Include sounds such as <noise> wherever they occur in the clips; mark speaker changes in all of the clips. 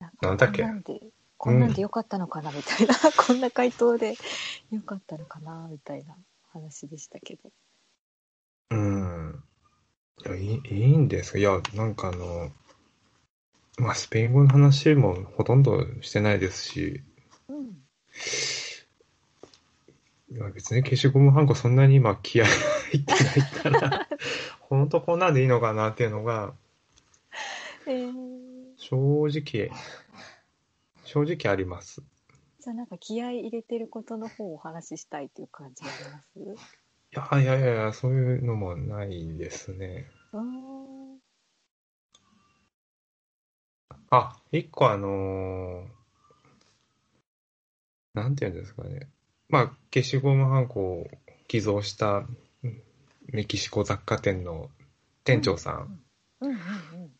Speaker 1: なん
Speaker 2: なんだっけ
Speaker 1: こんなんでこんなんでよかったのかなみたいな、 <laughs> こんな回答でよかったのかなみたいな話でしたけど
Speaker 2: うん。いや、いいいいんですいや、なんかあの、まあ、スペイン語の話もほとんどしてないですし、
Speaker 1: うん
Speaker 2: いや別に消しゴムはんこそんなに今気合が入ってない <laughs> から、本当こんなんでいいのかなっていうのが、
Speaker 1: えー
Speaker 2: 正直、正直あります。
Speaker 1: じゃあなんか気合い入れてることの方をお話ししたいっていう感じがありますう
Speaker 2: いやいやいやいや、そういうのもないですね。
Speaker 1: ーん
Speaker 2: あ、一個あのーなんていうんですかね。まあ、消しゴムはんこを寄贈したうんメキシコ雑貨店の店長さん。
Speaker 1: うんうんうん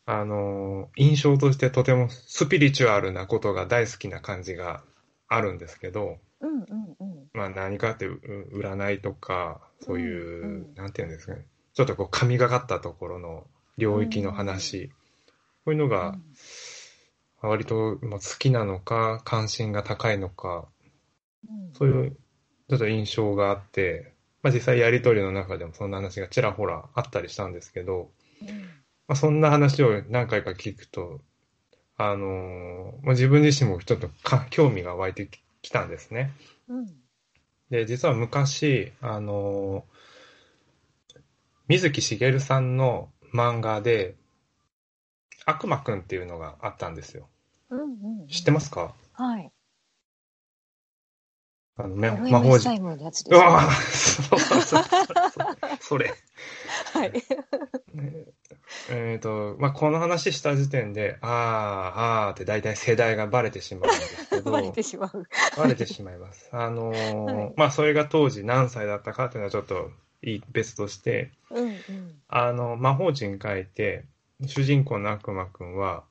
Speaker 2: あのー印象としてとてもスピリチュアルなことが大好きな感じがあるんですけど、
Speaker 1: うんうんうん
Speaker 2: まあ何かっていうう占いとか、そういう、
Speaker 1: うんうん
Speaker 2: なんていうんですかね。ちょっとこう神がかったところの領域の話。こういうのが、割とまあ好きなのか関心が高いのか
Speaker 1: うん
Speaker 2: そういうちょっと印象があって、まあ、実際やり取りの中でもそんな話がちらほらあったりしたんですけど、
Speaker 1: うん
Speaker 2: まあ、そんな話を何回か聞くと、あのーまあ、自分自身もちょっとか興味が湧いてききたんですね。
Speaker 1: うん
Speaker 2: で実は昔、あのー水木しげるさんの漫画で「悪魔くん」っていうのがあったんですよ。
Speaker 1: うんうんうん
Speaker 2: 知ってますか
Speaker 1: はい
Speaker 2: あのめ
Speaker 1: 呪い
Speaker 2: 魔
Speaker 1: の
Speaker 2: 法
Speaker 1: 死
Speaker 2: 陣
Speaker 1: 体のやつで
Speaker 2: う
Speaker 1: す
Speaker 2: わあそうそうそうそ
Speaker 1: <laughs>
Speaker 2: うそれ。
Speaker 1: はい
Speaker 2: ねえっ、と、まあ、この話した時点で、あー、あーって大体世代がバレてしまうんですけど、
Speaker 1: <laughs> バレてしまう
Speaker 2: バレてしまいます。あのー
Speaker 1: はい
Speaker 2: まあ、それが当時何歳だったかっていうのはちょっといい別として、
Speaker 1: うんうん
Speaker 2: あの、魔法陣書いて、主人公の悪魔くんは、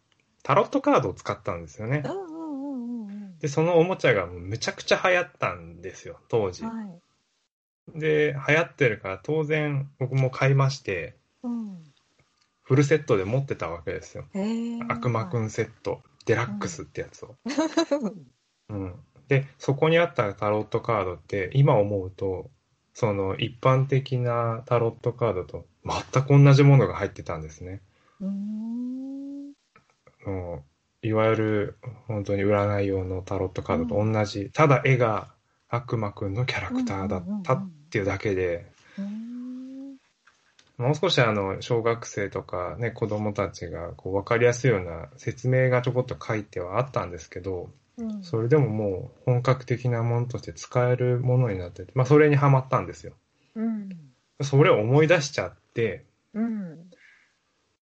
Speaker 2: タロットカードを使ったんですよね
Speaker 1: う。んうんうんうん
Speaker 2: で、そのおもちゃがもうむちゃくちゃ流行ったんですよ、当時
Speaker 1: うん。はい
Speaker 2: で、流行ってるから当然僕も買いまして、
Speaker 1: うん
Speaker 2: フルセットで持ってたわけですよ。
Speaker 1: えー
Speaker 2: 悪魔
Speaker 1: <laughs>
Speaker 2: くんセット、デラックスってやつを。
Speaker 1: うん
Speaker 2: うん、で、そこにあったタロットカードって、今思うと、その一般的なタロットカードと全く同じものが入ってたんですね。
Speaker 1: うーん
Speaker 2: もういわゆる本当に占い用のタロットカードと同じ、ただ絵が悪魔くんのキャラクターだったっていうだけで、
Speaker 1: うーん
Speaker 2: もう少しあの小学生とかね子供たちがこう分かりやすいような説明がちょこっと書いてはあったんですけど、
Speaker 1: うん
Speaker 2: それでももう本格的なものとして使えるものになってて、まあ、それにはまったんですよ。
Speaker 1: うん
Speaker 2: それを思い出しちゃって、
Speaker 1: うん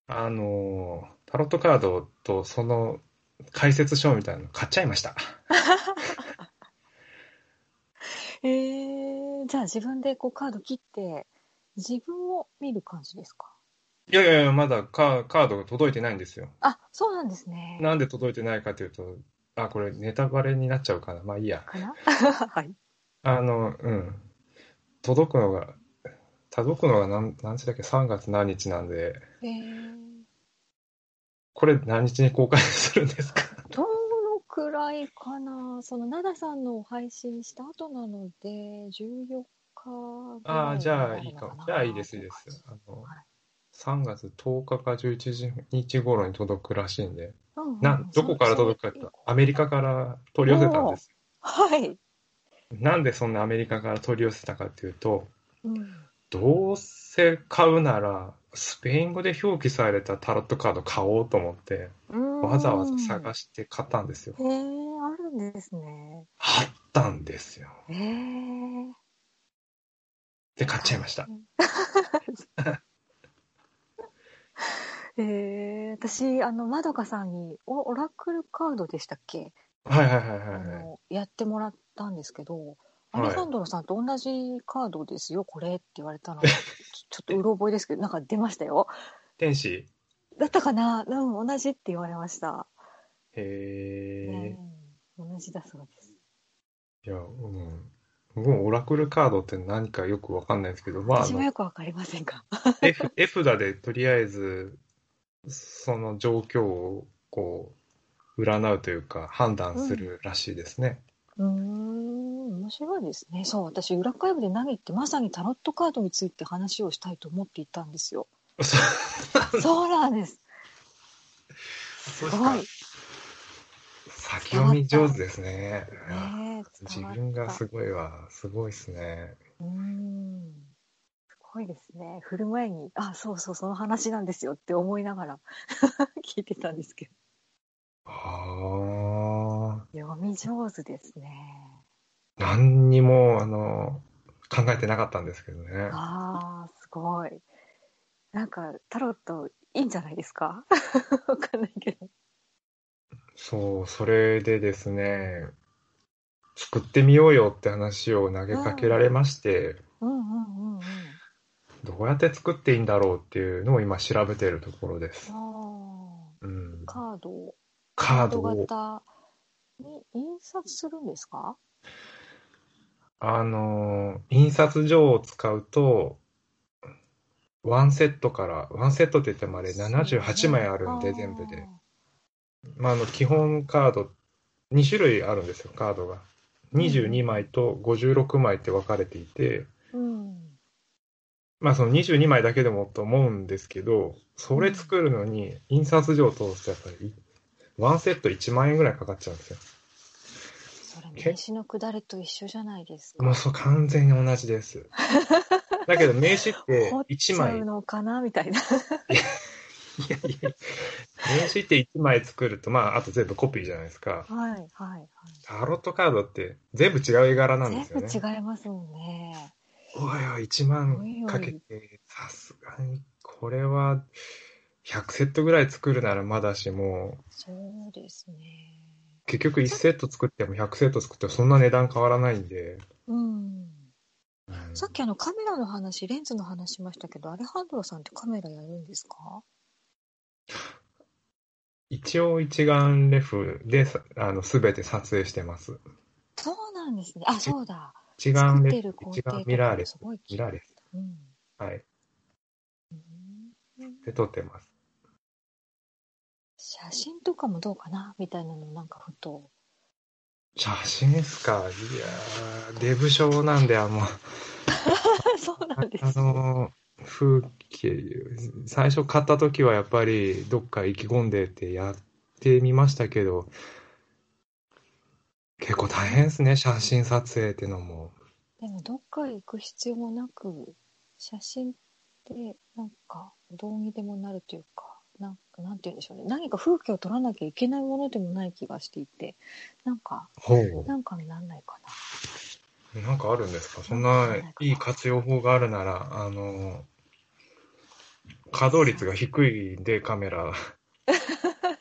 Speaker 2: あのータロットカードとその解説書みたいなの買っちゃいました。
Speaker 1: えー、じゃあ自分でこうカード切って自分を見る感じですか
Speaker 2: いやいやいや、まだカカードが届いてないんですよ。
Speaker 1: あそうなんですね
Speaker 2: なんで届いてないかというと、あ、これネタバレになっちゃうかな。まあいいや。 <laughs>
Speaker 1: かなはい
Speaker 2: あの、うん。届くのが、届くのが何何日だっけ ?3 月何日なんで、
Speaker 1: えー
Speaker 2: これ何日に公開するんですか
Speaker 1: どのくらいかな、その奈良さんのを配信した後なので、14日ぐらい
Speaker 2: ああ、じゃあいいか
Speaker 1: になるのな
Speaker 2: も。じゃあいいです、いいです。あの
Speaker 1: はい
Speaker 2: 3月10日か11日頃に届くらしいんで、
Speaker 1: うんうん
Speaker 2: などこから届くかって言ったらアメリカから取り寄せたんです。
Speaker 1: はい、
Speaker 2: なんでそんなアメリカから取り寄せたかっていうと、
Speaker 1: うん
Speaker 2: どうせ買うなら、スペイン語で表記されたタロットカード買おうと思って、わざわざ探
Speaker 1: し
Speaker 2: して買ったんですよ。
Speaker 1: へえあるんですね。
Speaker 2: あったんですよ。
Speaker 1: へえ
Speaker 2: で、買っちゃいました。
Speaker 1: えー、私あのまどかさんにオオラクルカードでしたっけ
Speaker 2: はいはいはいはい
Speaker 1: あ
Speaker 2: はい。
Speaker 1: のやってもらったんですけど、
Speaker 2: はい
Speaker 1: アレサンドロさんと同じカードですよ、これって言われ
Speaker 2: <laughs>
Speaker 1: たのが、ちょ <laughs> ちょっとうろ覚えですけど、なんか出ましたよ。
Speaker 2: 天使
Speaker 1: だったかな、うん、同じって言われました。
Speaker 2: へー。
Speaker 1: うん同じだそうです。
Speaker 2: いや、うん。僕もオラクルカードって何かよくわかんないですけど、まあ、あ
Speaker 1: 私も
Speaker 2: の、
Speaker 1: よくわかりませんが。 <laughs>
Speaker 2: 絵ふ絵札でとりあえず、その状況を、こ占うというか判断するらしいですね。
Speaker 1: うーん、面白いですね。そう、私、裏会部で何って、まさにタロットカードについて話をしたいと思っていたんですよ。
Speaker 2: そ <laughs>
Speaker 1: そうなんです。
Speaker 2: そう
Speaker 1: す
Speaker 2: です
Speaker 1: ご
Speaker 2: か
Speaker 1: い。ね
Speaker 2: 先読み上手ですね。
Speaker 1: え、伝わった
Speaker 2: 自分がすごいわ。すごいですね。
Speaker 1: うーん。すごいですね。振る前に、あ、そうそう、その話なんですよって思いながら <laughs> 聞いてたんですけ
Speaker 2: あ
Speaker 1: ど。読み上手ですね。
Speaker 2: あ、何にも、あの、考えてなかったんですけどね。
Speaker 1: ああ、すごい。なんか、タロットいいんじゃないですか <laughs> わかんないけど。
Speaker 2: そう、それでですね、作ってみようよって話を投げかけられまして、
Speaker 1: うんうんうんうん。
Speaker 2: どうやって作っていいんだろうっていうのを今調べているところです。
Speaker 1: あ
Speaker 2: うん
Speaker 1: あ、、カードを。
Speaker 2: カードを、
Speaker 1: 型に印刷するんですか
Speaker 2: あのー、印刷所を使うと、ワンセットから、ワンセットって言ってもあれ78枚あるんで、全部で。。まあ、あの、基本カード、2種類あるんですよ、カードが。22枚と56枚って分かれていて、
Speaker 1: そうなんだ
Speaker 2: まあその22枚だけでもと思うんですけど、それ作るのに印刷所を通すとやっぱり、ワンセット1万円ぐらいかかっちゃうんですよ。
Speaker 1: あーそれ、
Speaker 2: け
Speaker 1: 名刺のくだれと一緒じゃないですか。
Speaker 2: もうそう完全に同じです。
Speaker 1: <laughs>
Speaker 2: だけど名刺って
Speaker 1: 掘っち
Speaker 2: 1
Speaker 1: ゃ
Speaker 2: 枚、いう
Speaker 1: のかなみたいな。
Speaker 2: やいや名刺って1枚作ると、まああと全部コピーじゃないですか。
Speaker 1: はいはいはい。
Speaker 2: タロットカードって全部違う絵柄なんですよね。
Speaker 1: 全部違いますもんね。
Speaker 2: おいおい、1万かけて、さすがに、これは、100セットぐらい作るならまだしも、
Speaker 1: そうですね。
Speaker 2: 結局1セット作っても100セット作ってもそんな値段変わらないんで。
Speaker 1: うん。
Speaker 2: うん
Speaker 1: さっきあのカメラの話、レンズの話しましたけど、アレハンドロさんってカメラやるんですか
Speaker 2: 一応一眼レフでさあの全て撮影してます。
Speaker 1: そうなんですね。あ、そうだ。
Speaker 2: 一眼
Speaker 1: 作っ
Speaker 2: レ
Speaker 1: て
Speaker 2: フ
Speaker 1: る、工
Speaker 2: 一
Speaker 1: 程とか
Speaker 2: 眼ミラーレス
Speaker 1: す。ごい
Speaker 2: ミラーレス。
Speaker 1: うん。
Speaker 2: はい。
Speaker 1: うん
Speaker 2: で撮ってます。
Speaker 1: 写真とかもどうかなみたいなのなんかふと <laughs>
Speaker 2: 写真っすかいやー、デブ症なんで、あんま。
Speaker 1: そうな
Speaker 2: あ
Speaker 1: んです
Speaker 2: のー、風景、最初買った時はやっぱりどっか意気込んでってやってみましたけど、結構大変ですね、写真撮影ってのも。
Speaker 1: でもどっか行く必要もなく写真ってなんかどうにでもなるというかなんかなんて言うんでしょうね何か風景を撮らなきゃいけないものでもない気がしていてなんか
Speaker 2: ほう。
Speaker 1: なんかになんないか
Speaker 2: なんかあるんですかそんないい活用法があるなら、あのー、稼働率が低いんでカメラ。
Speaker 1: <laughs>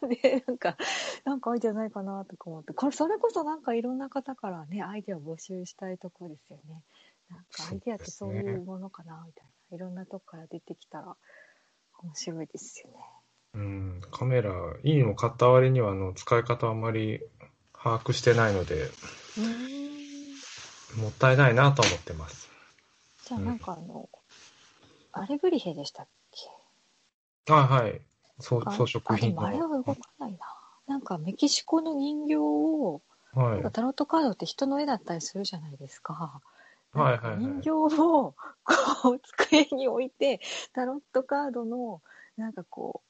Speaker 1: なでなんかなんかアイデアないかなとか思ってこれそれこそなんかいろんな方からねアイデアを募集したいとこですよねなんかアイデアってそういうものかなみたいないろんなとこから出てきたら面白いですよね
Speaker 2: うん、カメラ、いいの買った割にはあの使い方あんまり把握してないので、
Speaker 1: うーん
Speaker 2: もったいないなと思ってます。
Speaker 1: じゃあ
Speaker 2: うん
Speaker 1: なんかあの、アレグリヘでしたっけ
Speaker 2: あ、はい。そう、
Speaker 1: あ
Speaker 2: 装飾品
Speaker 1: あでもあれは
Speaker 2: の。
Speaker 1: 動かないな。なんかメキシコの人形を、
Speaker 2: は
Speaker 1: なん
Speaker 2: い
Speaker 1: か。タロットカードって人の絵だったりするじゃないですか。
Speaker 2: はい
Speaker 1: なんか
Speaker 2: はいはい
Speaker 1: 人形をこう机に置いて、タロットカードのなんかこう、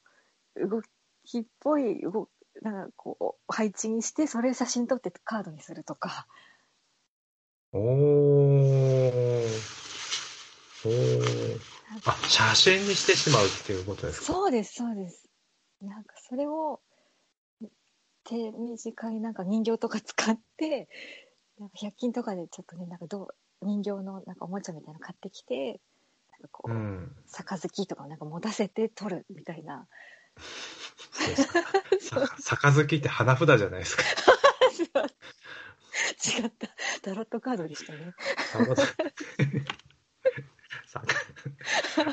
Speaker 1: 動きっぽい動なんかこう配置にしてそれ写真撮ってカードにするとか
Speaker 2: おー。おー。あ、写真にしてしまうっていうことですか。
Speaker 1: そうですそうですなんかそれを手短になんか人形とか使ってなんか100均とかでちょっとねなんかどう人形のなんかおもちゃみたいなの買ってきてなんかこ
Speaker 2: う
Speaker 1: う、
Speaker 2: ん。
Speaker 1: 杯とかをなんか持たせて取るみたいな
Speaker 2: そうですか。さ <laughs> 杯って花札じゃないですか。
Speaker 1: 違ったタロットカードでしたね
Speaker 2: <laughs> さ <laughs> あ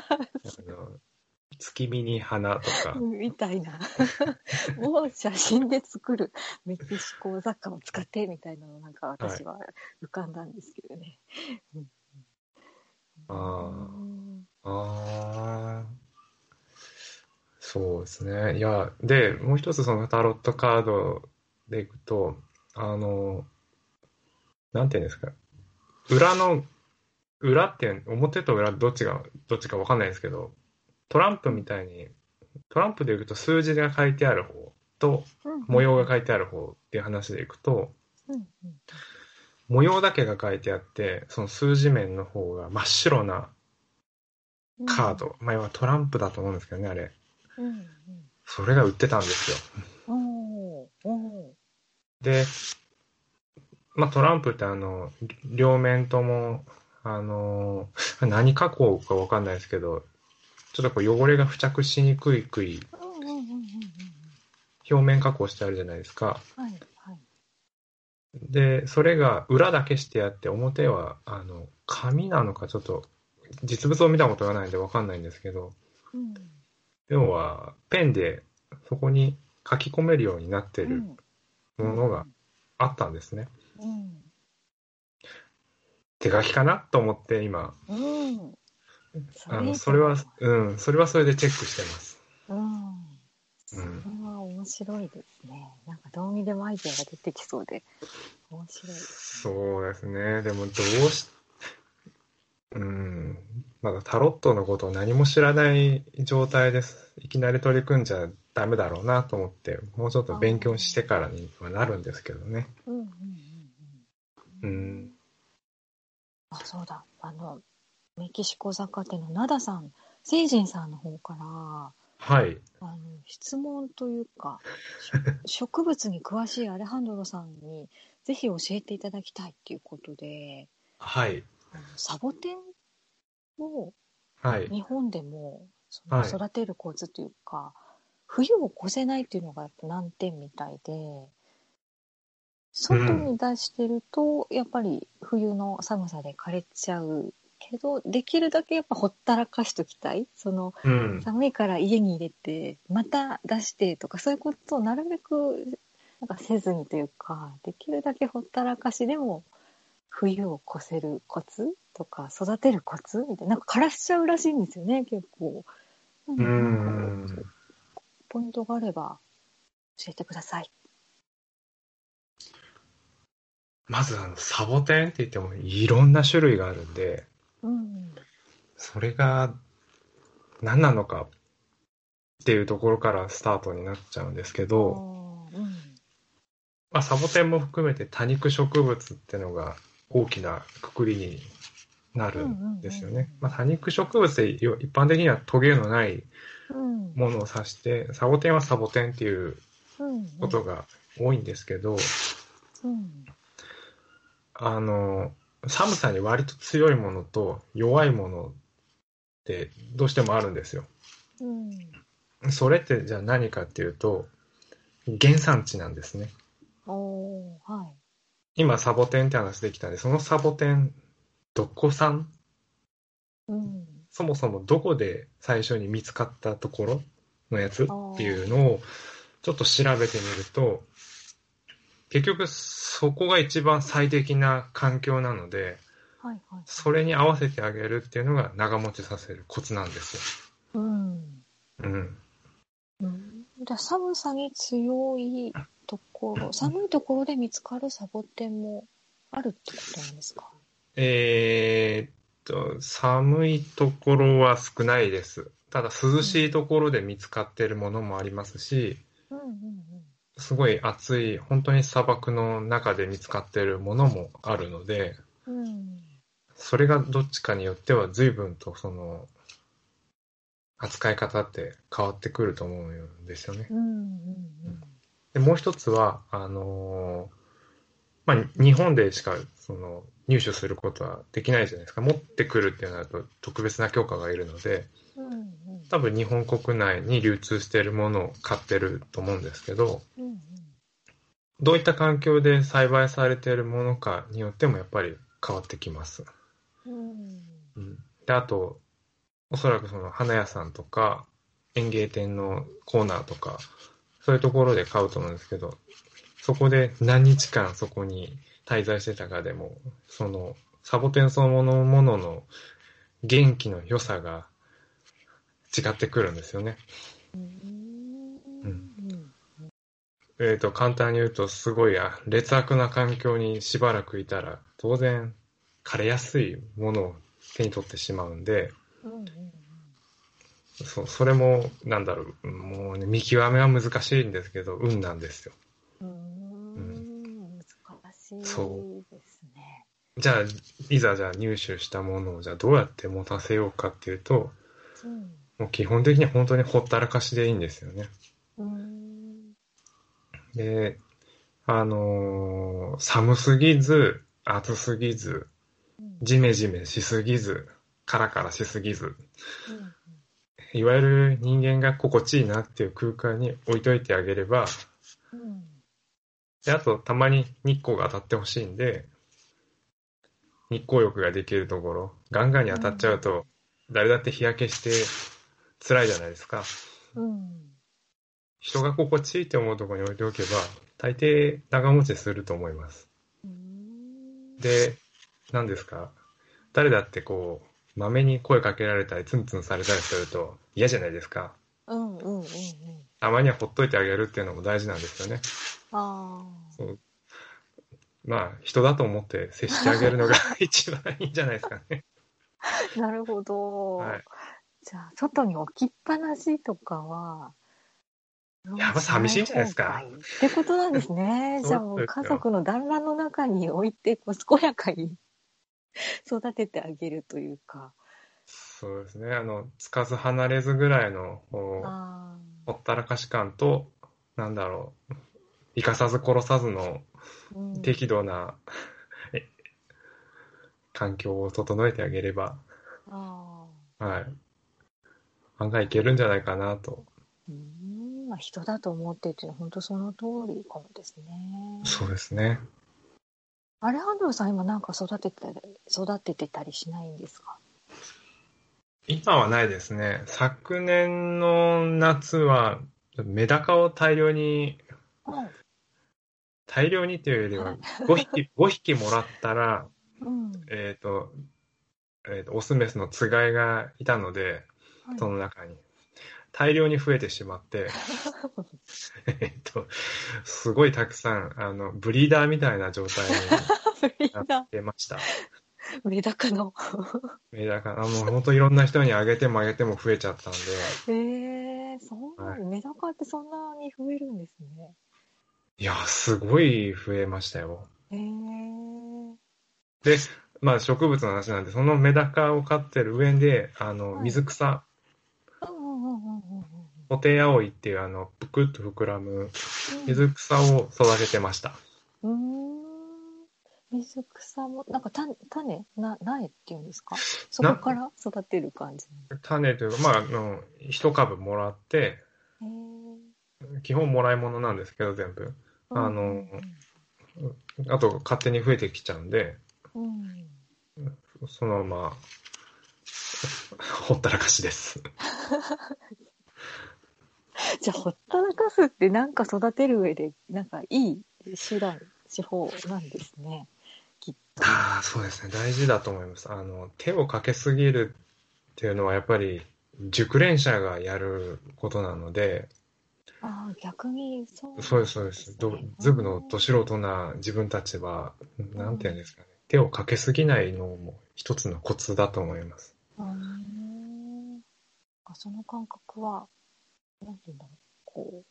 Speaker 2: の月見に花とか。
Speaker 1: みた
Speaker 2: <laughs>
Speaker 1: いなもう写真で作るメキシコ雑貨を使ってみたいなのなんか私は浮かんだんですけどね。うん
Speaker 2: あーあー。そうですね。いや、で、もう一つそのタロットカードでいくと、あの、なんていうんですか、裏の、裏っていう、表と裏どっちが、どっちかわかんないですけど、トランプみたいに、トランプでいくと数字が書いてある方と
Speaker 1: うん
Speaker 2: 模様が書いてある方っていう話でいくと、
Speaker 1: うんうん
Speaker 2: 模様だけが書いてあって、その数字面の方が真っ白な
Speaker 1: うん
Speaker 2: カード、まあ要はトランプだと思うんですけどね、あれ。
Speaker 1: うんうん
Speaker 2: それが売ってたんですよ。
Speaker 1: おーおー
Speaker 2: で、まあ、トランプってあの、両面とも、あの、 <laughs> 何加工かわかんないですけど、ちょっとこう汚れが付着しにくいくい
Speaker 1: うんうんうんうんうん
Speaker 2: 表面加工してあるじゃないですか。
Speaker 1: はいはい
Speaker 2: で、それが裏だけしてあって、表は、あの、紙なのかちょっと、実物を見たことがないんでわかんないんですけど、
Speaker 1: うん
Speaker 2: 要は、ペンでそこに書き込めるようになって
Speaker 1: う
Speaker 2: る
Speaker 1: ん
Speaker 2: ものがあったんですね。
Speaker 1: うん
Speaker 2: 手書きかなと思って今、
Speaker 1: うん
Speaker 2: あのそれは、うん、それはそれでチェックしてます。
Speaker 1: うん
Speaker 2: う
Speaker 1: それ
Speaker 2: ん、
Speaker 1: は面白いですねなんかどうにでもアイデアが出てきそうで面白い
Speaker 2: そうですね。でもどうし、うん、まだタロットのことを何も知らない状態です。いきなり取り組んじゃダメだろうなと思って、もうちょっと勉強してからにはなるんですけどね。
Speaker 1: うんうんうんうん
Speaker 2: うん
Speaker 1: あそうだあのメキシコ雑貨店のナダさん聖人さんの方から
Speaker 2: はい。
Speaker 1: あの質問という
Speaker 2: <laughs>
Speaker 1: かし植物に詳しいアレハンドロさんにぜひ教えていただきたいっていうことで
Speaker 2: はい。
Speaker 1: あのサボテンを
Speaker 2: はい。
Speaker 1: 日本でもその
Speaker 2: はい
Speaker 1: 育てるコツというか、冬を越せないっていうのがやっぱ難点みたいで外に出してるとやっぱり冬の寒さで枯れちゃうけどできるだけやっぱほったらかしときたいその
Speaker 2: うん。
Speaker 1: 寒いから家に入れてまた出してとかそういうことをなるべくなんかせずにというかできるだけほったらかしでも冬を越せるコツとか育てるコツみたいななんか枯らしちゃうらしいんですよね結構。
Speaker 2: う
Speaker 1: なんか
Speaker 2: ん。
Speaker 1: ポイントがあれば教えてください。
Speaker 2: まずあの、サボテンって言ってもいろんな種類があるんで、
Speaker 1: うん
Speaker 2: それが何なのかっていうところからスタートになっちゃうんですけ
Speaker 1: あ
Speaker 2: ど、
Speaker 1: ーうん
Speaker 2: まあ、サボテンも含めて多肉植物ってのが大きなくくりになるんですよ
Speaker 1: うんうんうん
Speaker 2: ね。まあ、多肉植物で一般的にはトゲのない
Speaker 1: うん
Speaker 2: ものを指して、サボテンはサボテンっていう
Speaker 1: うん
Speaker 2: ことが多いんですけど、
Speaker 1: うん
Speaker 2: あの、寒さに割と強いものと弱いものってどうしてもあるんですよ。
Speaker 1: うん
Speaker 2: それってじゃあ何かっていうと、原産地なんですね。
Speaker 1: おーはい
Speaker 2: 今サボテンって話できたんで、そのサボテン、どこ産
Speaker 1: うん
Speaker 2: そもそもどこで最初に見つかったところのやつっていうのをちょっと調べてみると、結局そこが一番最適な環境なので、
Speaker 1: はいはい
Speaker 2: それに合わせてあげるっていうのが長持ちさせるコツなんです
Speaker 1: うん
Speaker 2: よ。うん。
Speaker 1: うんじゃあ寒さに強いところ寒いところで見つかるサボテンもあるってことなんですか
Speaker 2: えーっと、寒いところは少ないです。ただ涼しいところで見つかっているものもありますし、
Speaker 1: うんうん
Speaker 2: すごい暑い、本当に砂漠の中で見つかっているものもあるので、
Speaker 1: うんうん
Speaker 2: それがどっちかによっては随分とその、扱い方って変わってくると思うんですよね。
Speaker 1: うんうん
Speaker 2: で、もう一つは、あのーまあ、日本でしか、その、入手することはできないじゃないですか。持ってくるっていうのは特別な許可がいるので、
Speaker 1: うんうん
Speaker 2: 多分日本国内に流通しているものを買ってると思うんですけど、
Speaker 1: うんうん
Speaker 2: どういった環境で栽培されているものかによってもやっぱり変わってきます。
Speaker 1: うん
Speaker 2: うん、で、あと、おそらくその花屋さんとか園芸店のコーナーとか、そういうところで買うと思うんですけど、そこで何日間そこに滞在してたかでも、そのサボテンそのものものの元気の良さが違ってくるんですよね。えっ、と、簡単に言うと、すごいあ劣悪な環境にしばらくいたら、当然、枯れやすいものを手に取ってしまうんで、そうそれも、なんだろう、もうね、見極めは難しいんですけど、運なんですよ。
Speaker 1: 難しいですね。
Speaker 2: じゃあ、いざじゃあ入手したものを、じゃあどうやって持たせようかっていうと、
Speaker 1: うん
Speaker 2: もう基本的には本当にほったらかしでいいんですよね。
Speaker 1: うん
Speaker 2: で、あのー寒すぎず、暑すぎず、ジメジメしすぎず、カラカラしすぎず、
Speaker 1: うん
Speaker 2: いわゆる人間が心地いいなっていう空間に置いといてあげれば、
Speaker 1: うん
Speaker 2: で、あと、たまに日光が当たってほしいんで、日光浴ができるところ、ガンガンに当たっちゃうと、誰だって日焼けして辛いじゃないですか。
Speaker 1: うん
Speaker 2: 人が心地いいと思うところに置いておけば、大抵長持ちすると思います。
Speaker 1: うん
Speaker 2: で、何ですか誰だってこう、まめに声かけられたり、ツンツンされたりすると嫌じゃないですか。
Speaker 1: うんうんうん
Speaker 2: たまにはほっといてあげるっていうのも大事なんですよね。
Speaker 1: あ
Speaker 2: そうまあ、人だと思って接してあげるのが一番いいんじゃないですかね。
Speaker 1: あなるほど、
Speaker 2: はい。
Speaker 1: じゃあ外に置きっぱなしとかは
Speaker 2: やっぱ寂しいんじゃないですか
Speaker 1: ってことなんで
Speaker 2: <laughs>
Speaker 1: すね
Speaker 2: そうですよ
Speaker 1: じゃあもう家族の団らんの中に置いてこう健やかに <laughs> 育ててあげるというか
Speaker 2: そうですね。あの、つかず離れずぐらいの、こう
Speaker 1: あ
Speaker 2: ほったらかし感と、なんだろう、生かさず殺さずの
Speaker 1: ー、うん、
Speaker 2: 適度な、え環境を整えてあげれば、
Speaker 1: あ
Speaker 2: はい。案外いけるんじゃないかなと。
Speaker 1: ーうんまあ人だと思ってっていうのは本当その通りかもですね
Speaker 2: そうですね。
Speaker 1: アレハンドロさん今なんか育ててたり育ててたりしないんで
Speaker 2: <laughs>
Speaker 1: すか
Speaker 2: 今はないですね。昨年の夏は、メダカを大量に、
Speaker 1: う
Speaker 2: 大量にというより <laughs> は、5匹、5匹もらったら、
Speaker 1: ん、うん
Speaker 2: えっ、と、えーと、オスメスのつがいがいたので、
Speaker 1: はい <laughs>
Speaker 2: その中に。大量に増えてしまって、えっと、すごいたくさん、あの、ブリーダーみたいな状態に
Speaker 1: ブリー
Speaker 2: な
Speaker 1: ダ
Speaker 2: ってま
Speaker 1: <laughs>
Speaker 2: した。
Speaker 1: ーメダカの。
Speaker 2: メダカ、あもう本当いろんな人にあげてもあげても増えちゃったんで、
Speaker 1: ええそんな、
Speaker 2: はい
Speaker 1: メダカってそんなに増えるんですね。
Speaker 2: いや、すごい増えましたよ。
Speaker 1: ええ
Speaker 2: で、まあ植物の話なんで、そのメダカを飼ってる上で、あの、
Speaker 1: はい
Speaker 2: 水草、
Speaker 1: うんうんうんうんうんうん。
Speaker 2: ホテイアオイっていうあの、ぷくっと膨らむ水草を育ててました。
Speaker 1: うん。水草も、なんか種、種、な、苗っていうんですかそ
Speaker 2: な
Speaker 1: こから育てる感じ。
Speaker 2: 種というか、まあ、あの、一株もらって、
Speaker 1: ええ
Speaker 2: 基本もらい物なんですけど、全部。あの
Speaker 1: うん
Speaker 2: あと、勝手に増えてきちゃうんで、
Speaker 1: うんうん。
Speaker 2: そのま <laughs> ま、ほったらかしです。
Speaker 1: じゃあ、ほったらかすってなんか育てる上で、なんかいい手段、手法なんですね。きっと。
Speaker 2: ああ、そうですね。大事だと思います。あの、手をかけすぎるっていうのは、やっぱり、熟練者がやることなので、
Speaker 1: ああ、逆に、そう。
Speaker 2: そうです、そうです。どズブのど素人な自分たちは、なんて言うんですかね。手をかけすぎないのも一つのコツだと思います。
Speaker 1: うーんあその感覚は、なんて言うんだろう、こう、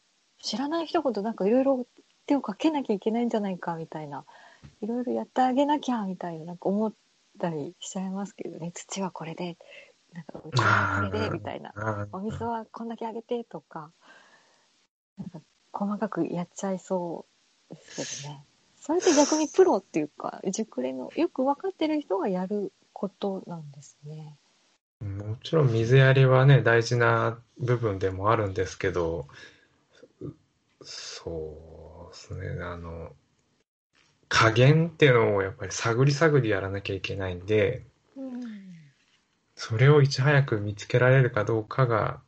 Speaker 1: 知らない人ほどなんかいろいろ手をかけなきゃいけないんじゃないかみたいな、いろいろやってあげなきゃみたいな、なんか思ったりしちゃいますけどね、土はこれで、なんかうちはこれでみたいな、
Speaker 2: あ
Speaker 1: お水はこんだけあげてとか、なんか細かくやっちゃいそうですけどね。それって逆にプロっていうか、熟練の、よく分かってる人がやることなんですね。
Speaker 2: あもちろん水やりはね、大事な部分でもあるんですけど、そうですね。あの、加減っていうのをやっぱり探り探りやらなきゃいけないんで、
Speaker 1: うん
Speaker 2: それをいち早く見つけられるかどうかが、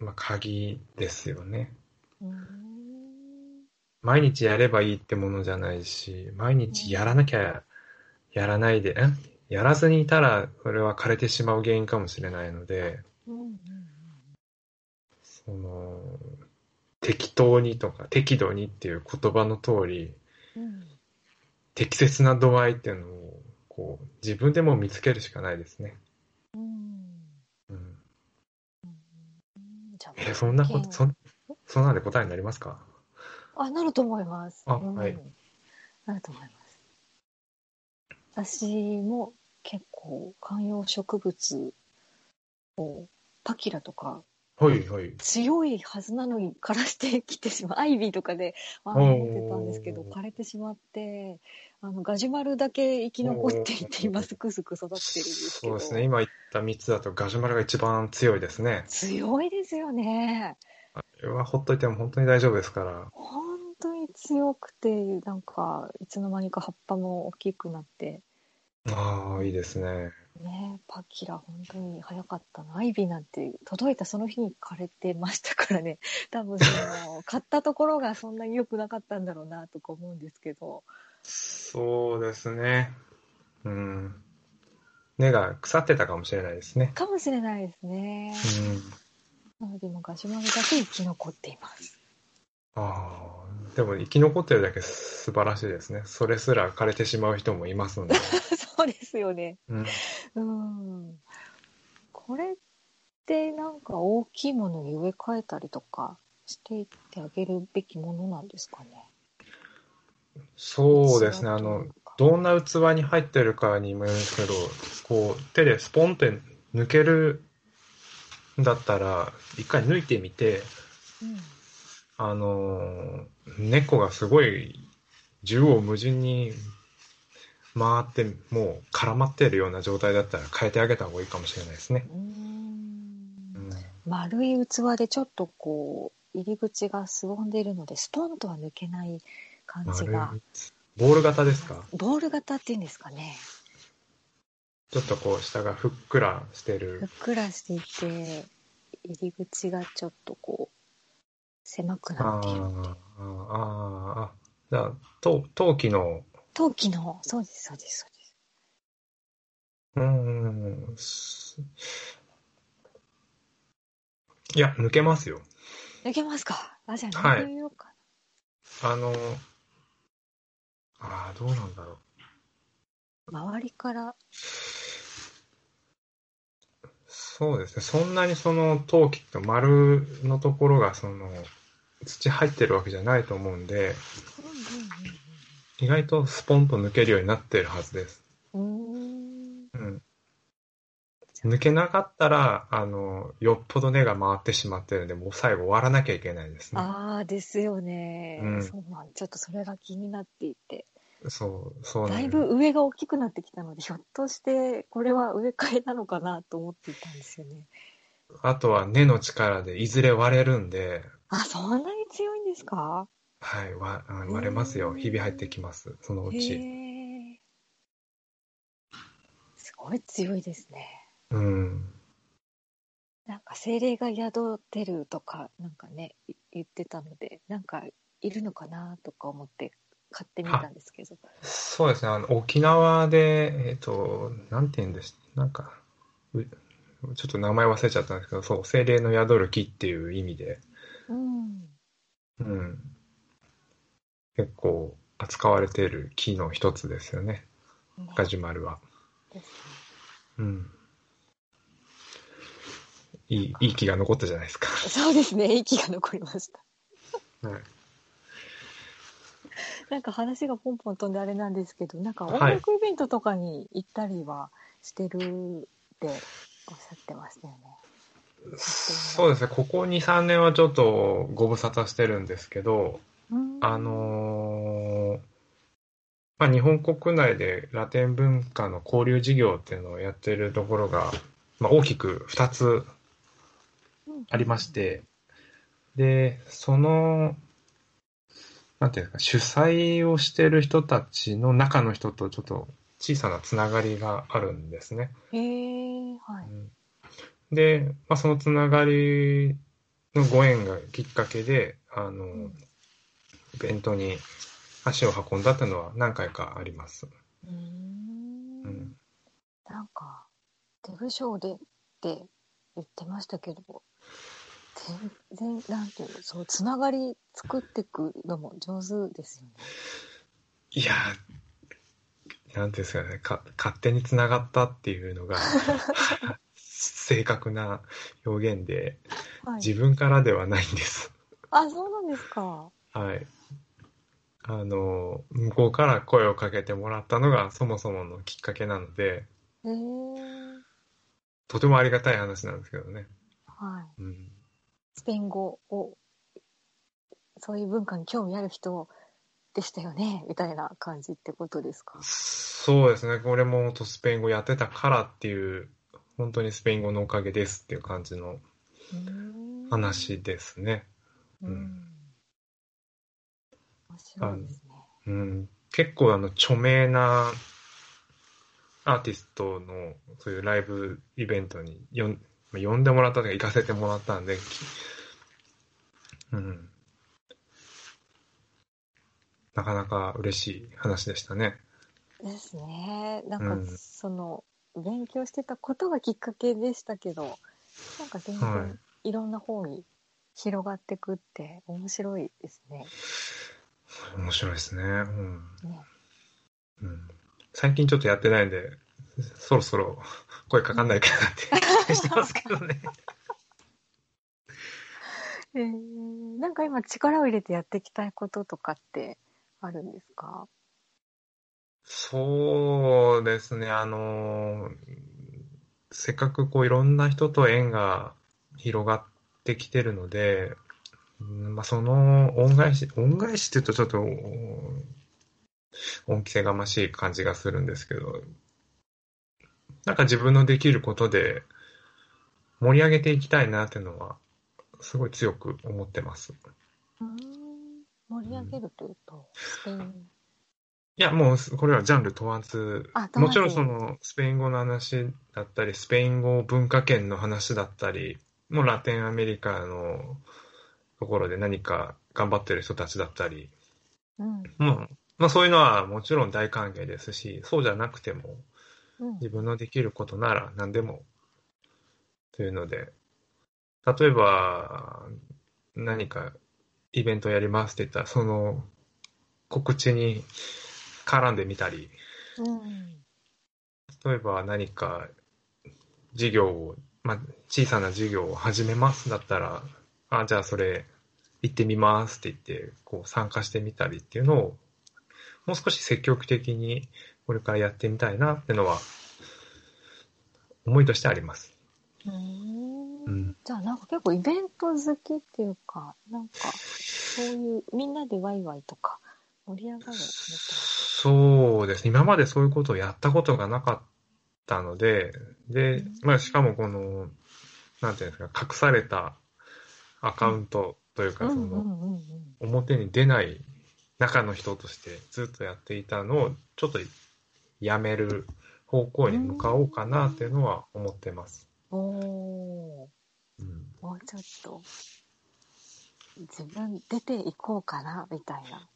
Speaker 2: まあ、鍵ですよね。
Speaker 1: うーん
Speaker 2: 毎日やればいいってものじゃないし、毎日やらなきゃやらないで、んやらずにいたら、それは枯れてしまう原因かもしれないので、
Speaker 1: うんうん
Speaker 2: そその、適当にとか適度にっていう言葉の通り、
Speaker 1: うん
Speaker 2: 適切な度合いっていうのを、こう、自分でも見つけるしかないですね。
Speaker 1: うん
Speaker 2: うん。
Speaker 1: うんじゃあ
Speaker 2: え、そんなこ
Speaker 1: 意見
Speaker 2: と、
Speaker 1: を
Speaker 2: そん、そんなんで答えになりますか
Speaker 1: あ、なると思います。
Speaker 2: あ
Speaker 1: うん
Speaker 2: はい
Speaker 1: なると思います。私も結構観葉植物をパキラとか
Speaker 2: はいはい。
Speaker 1: 強いはずなのに枯らしてきてしまうアイビーとかであの持ってたんですけど
Speaker 2: おー
Speaker 1: 枯れてしまってあのガジュマルだけ生き残っていて
Speaker 2: おー
Speaker 1: 今すくすく育ってるんですけ
Speaker 2: そう
Speaker 1: ど
Speaker 2: ですね。今言った3つだとガジュマルが一番強いですね。
Speaker 1: 強いですよね。
Speaker 2: これはほっといても本当に大丈夫ですから。
Speaker 1: 本当に強くてなんかいつの間にか葉っぱも大きくなって
Speaker 2: ああ、いいですね。
Speaker 1: ねえパキラ本当に早かったなアイビーなんて届いたその日に枯れてましたからね <laughs> 多分その買ったところがそんなに良くなかったんだろうなとか思うんですけど
Speaker 2: そうですね。うん。根が腐ってたかもしれないですね。
Speaker 1: かもしれないですね
Speaker 2: うん。
Speaker 1: なので今ガジュマルだけ生き残っています <laughs>
Speaker 2: ああ、でも生き残ってるだけ素晴らしいですね。それすら枯れてしまう人もいます
Speaker 1: <laughs>
Speaker 2: ので。
Speaker 1: そうですよね
Speaker 2: うん、
Speaker 1: うんこれってなんか大きいものに植え替えたりとかしていってあげるべきものなんですかね
Speaker 2: そうですね。あ
Speaker 1: 器とい
Speaker 2: の
Speaker 1: う、か
Speaker 2: どんな器に入ってるかにもよるんですけど、こう、手でスポンって抜けるんだったら、一回抜いてみて、
Speaker 1: うん
Speaker 2: あのー、猫がすごい縦横無尽に回って、もう絡まってるような状態だったら変えてあげた方がいいかもしれないですね。
Speaker 1: うーん
Speaker 2: うん
Speaker 1: 丸い器でちょっとこう入り口がすぼんでいるのでスポンとは抜けない感じ
Speaker 2: 丸い
Speaker 1: が
Speaker 2: ボール型ですか
Speaker 1: ボール型っていうんですかね
Speaker 2: ちょっとこう下がふっくらして
Speaker 1: ふっ
Speaker 2: る。
Speaker 1: くらしていて入り口がちょっとこう狭くなっている
Speaker 2: ああ、ああ、じゃあ、陶陶器の、
Speaker 1: 陶器のそうですそうですそうです
Speaker 2: うんうんうん、すいや、抜けますよ。
Speaker 1: 抜けますかあじゃあ
Speaker 2: は
Speaker 1: 抜
Speaker 2: い
Speaker 1: けようか
Speaker 2: あの、ああ、どうなんだろう。
Speaker 1: な、周りから
Speaker 2: そうですね。そんなにその陶器と丸のところがその土入ってるわけじゃないと思うんで、意外とスポンと抜けるようになってるはずです。
Speaker 1: うんうんうんうーん
Speaker 2: うん。抜けなかったら、あの、よっぽど根が回ってしまってるんで、もう最後終わらなきゃいけないですね。
Speaker 1: ああですよね、
Speaker 2: うん
Speaker 1: そうなんちょっとそれが気になっていて
Speaker 2: そう、そうな
Speaker 1: だ
Speaker 2: ん
Speaker 1: い
Speaker 2: です。
Speaker 1: ぶ上が大きくなってきたので、ひょっとしてこれは植え替えなのかなと思っていたんですよね。
Speaker 2: あとは根の力でいずれ割れるんで、
Speaker 1: あ、そんなに強いんですか
Speaker 2: はい、わあ割れます
Speaker 1: う
Speaker 2: よ。
Speaker 1: ん
Speaker 2: ひび入ってきます。そのう
Speaker 1: へ
Speaker 2: ち。
Speaker 1: え。すごい強いですね。
Speaker 2: うん。
Speaker 1: なんか精霊が宿ってるとか、なんかね、い言ってたので、なんかいるのかなとか思って買ってみたんですけど。
Speaker 2: そうですね、あの沖縄で、えっと、なんて言うんです、なんか、うちょっと名前忘れちゃったんですけど、そう、精霊の宿る木っていう意味で、
Speaker 1: うん。
Speaker 2: うん、結構扱われている木の一つですよね、ガジュマルは。
Speaker 1: です
Speaker 2: うん。いい、いい木が残ったじゃないですか。
Speaker 1: そうですね、息が残りました。
Speaker 2: はい。
Speaker 1: なんか話がポンポン飛んであれなんですけど、なんか
Speaker 2: はい
Speaker 1: 音楽イベントとかに行ったりはしてるっておっしゃってましたよね。
Speaker 2: そうですね、ここ2、3年はちょっとご無沙汰してるんですけど、
Speaker 1: うん
Speaker 2: あ、のーまあ、日本国内でラテン文化の交流事業っていうのをやってるところが、まあ、大きく2つありまし。て、で、その、なんていうんですか、主催をしてる人たちの中の人とちょっと小さなつながりがあるんですね。
Speaker 1: へえ、はい。
Speaker 2: で、まあ、そのつながりのご縁がきっかけで、あの、
Speaker 1: ん
Speaker 2: イベントに足を運んだっていうのは何回かあります。
Speaker 1: うーん
Speaker 2: うん、
Speaker 1: なんか、デブショーでって言ってましたけど、全然なんていうのそうつながり作っていくのも上手ですよね。
Speaker 2: いやー、なんていうんですかね、か勝手に繋がったっていう
Speaker 1: <laughs>
Speaker 2: のが、正確な表現で、
Speaker 1: はい、
Speaker 2: 自分からではないんです。
Speaker 1: あそうなんですか。
Speaker 2: はい。あの、向こうから声をかけてもらったのがそもそものきっかけなので、
Speaker 1: へえー、
Speaker 2: とてもありがたい話なんですけどね。
Speaker 1: はい。
Speaker 2: うん。
Speaker 1: スペイン語をそういう文化に興味ある人でしたよねみたいな感じってことですか。
Speaker 2: そうですね。これも本当スペイン語やってたからっていう、本当にスペイン語のおかげですっていう感じの
Speaker 1: うーん
Speaker 2: 話ですね。
Speaker 1: うん
Speaker 2: うん
Speaker 1: 面白いですね。
Speaker 2: うん。結構あの著名なアーティストのそういうライブイベントによんまあ呼んでもらったというか行かせてもらったんで、きうん。なかなか嬉しい話でしたね。
Speaker 1: ですね。なん
Speaker 2: うん
Speaker 1: かその、勉強してたことがきっかけでしたけどなんか全
Speaker 2: は
Speaker 1: 然いろんな方に広がってくって面白いですね。
Speaker 2: 面白いですね。うん。
Speaker 1: ね
Speaker 2: うん最近ちょっとやってないんで、そろそろ声かかんないかなって期待してますけどね。
Speaker 1: えーなんか今力を入れてやっていきたいこととかってあるんですか
Speaker 2: そうですね、あのーせっかくこういろんな人と縁が広がってきてるので、うんまあ、その恩返し、恩返しって言うとちょっと、お恩着せがましい感じがするんですけど、なんか自分のできることで盛り上げていきたいなっていうのは、すごい強く思ってます。
Speaker 1: うーん盛り上げるというと、スペイン
Speaker 2: いや、もう、これはジャンル問わず
Speaker 1: あ、問わず
Speaker 2: もちろんその、スペイン語の話だったり、スペイン語文化圏の話だったり、もうラテンアメリカのところで何か頑張ってる人たちだったり、
Speaker 1: うん
Speaker 2: もう、まあそういうのはもちろん大歓迎ですし、そうじゃなくても、
Speaker 1: うん
Speaker 2: 自分のできることなら何でも、というので、例えば、何かイベントやりますって言ったら、その告知に絡んでみたり、
Speaker 1: うん
Speaker 2: 例えば何か事業を、まあ、小さな事業を始めますだったら、あ、じゃあそれ行ってみますって言って、こう参加してみたりっていうのを、もう少し積極的にこれからやってみたいなってのは、思いとしてあります。
Speaker 1: うーん
Speaker 2: うん
Speaker 1: じゃあなんか結構イベント好きっていうかなんかそういうみんなでワイワイとか盛り上がるみたい
Speaker 2: そうですね。今までそういうことをやったことがなかったので、で、まあしかもこの、なんていうんですか、隠されたアカウントというか、
Speaker 1: な。う
Speaker 2: その、
Speaker 1: んうんうんうん
Speaker 2: 表に出ない中の人としてずっとやっていたのをちょっとやめる方向に向かおうかなっていうのは思ってます。
Speaker 1: おーもうちょっと自分出ていこうかなみたいな。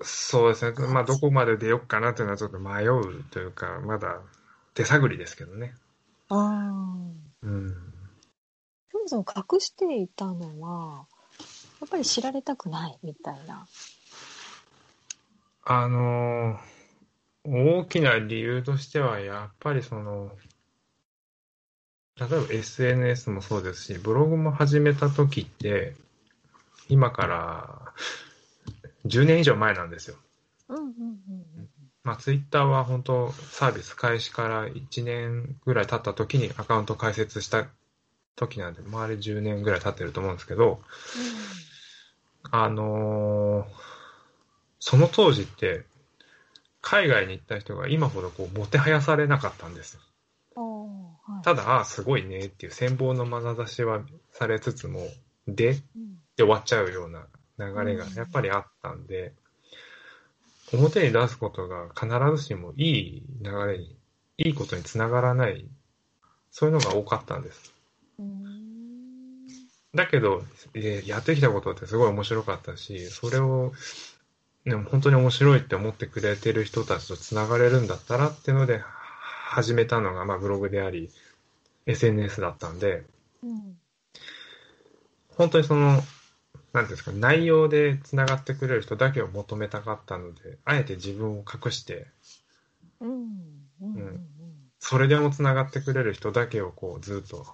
Speaker 2: そうですね。まあどこまで出ようかなっていうのはちょっと迷うというか、まだ手探りですけどね。
Speaker 1: うん
Speaker 2: うん。
Speaker 1: そもそも隠していたのはやっぱり知られたくないみたいな。
Speaker 2: あのー大きな理由としてはやっぱりその、例えば SNS もそうですし、ブログも始めた時って、今から10年以上前なんですよ。
Speaker 1: うんうんうんうん
Speaker 2: まあ、ツイッターは本当サービス開始から1年ぐらい経った時にアカウント開設した時なんで、まあ、あれ10年ぐらい経ってると思うんですけど、あのーその当時って、海外に行った人が今ほどこう、もてはやされなかったんですよ。
Speaker 1: うん。おーはい。
Speaker 2: ただ、ああ、すごいねっていう、羨望の眼差しはされつつも、で、
Speaker 1: うん
Speaker 2: で終わっちゃうような流れがやっぱりあったんで、表に出すことが必ずしもいい流れに、いいことにつながらない、そういうのが多かったんです。
Speaker 1: うーん
Speaker 2: だけど、えーやってきたことってすごい面白かったし、それを、ね、本当に面白いって思ってくれてる人たちとつながれるんだったらっていうので、は始めたのが、まあ、ブログであり、SNS だったんで、
Speaker 1: うん
Speaker 2: 本当にその、なんていうんですか、内容でつながってくれる人だけを求めたかったので、あえて自分を隠して、
Speaker 1: うんうんうんう
Speaker 2: うんんそれでもつながってくれる人だけをこうずっと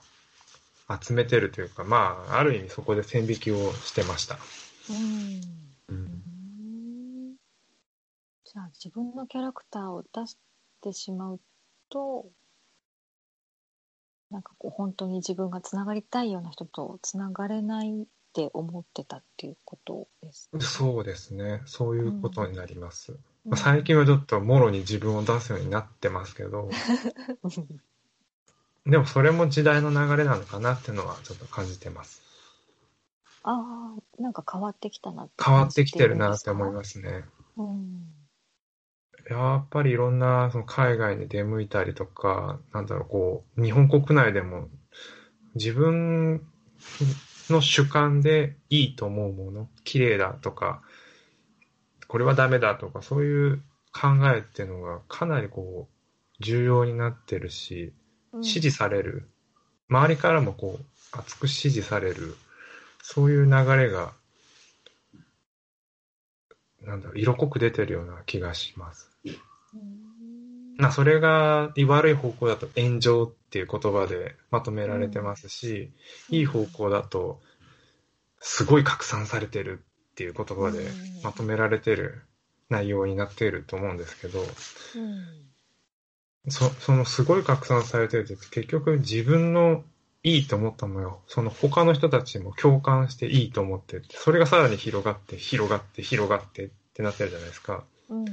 Speaker 2: 集めてるというか、まあ、ある意味そこで線引きをしてました。
Speaker 1: うん
Speaker 2: う
Speaker 1: うー
Speaker 2: ん、
Speaker 1: んじゃあ自分のキャラクターを出してしまうとなんかこう本当に自分がつながりたいような人とつながれないって思ってたっていうことですね、
Speaker 2: そうですね。そういうことになります。
Speaker 1: うん
Speaker 2: まあ最近はちょっともろに自分を出すようになってますけ
Speaker 1: <laughs>
Speaker 2: ど、でもそれも時代の流れなのかなっていうのはちょっと感じてます。
Speaker 1: ああなんか変わってきたなって
Speaker 2: 変わってきてるなって思い
Speaker 1: す
Speaker 2: ますね。
Speaker 1: うん
Speaker 2: やっぱりいろんなその海外に出向いたりとか、なんだろう、こう、日本国内でも自分の主観でいいと思うもの、綺麗だとか、これはダメだとか、そういう考えっていうのがかなりこう、重要になってるし、
Speaker 1: うん
Speaker 2: 支持される、周りからもこう、熱く支持される、そういう流れが、なんだろう、色濃く出てるような気がします。
Speaker 1: うん
Speaker 2: まあ、それが悪い方向だと炎上っていう言葉でまとめられてますし、いい方向だとすごい拡散されてるっていう言葉で
Speaker 1: うん
Speaker 2: まとめられてる内容になっていると思うんですけど、
Speaker 1: うん
Speaker 2: そそのすごい拡散されてるって結局自分のいいと思ったものをその他の人たちも共感していいと思ってってそれがさらに広がって広がって広がってってなってるじゃないですか。
Speaker 1: うん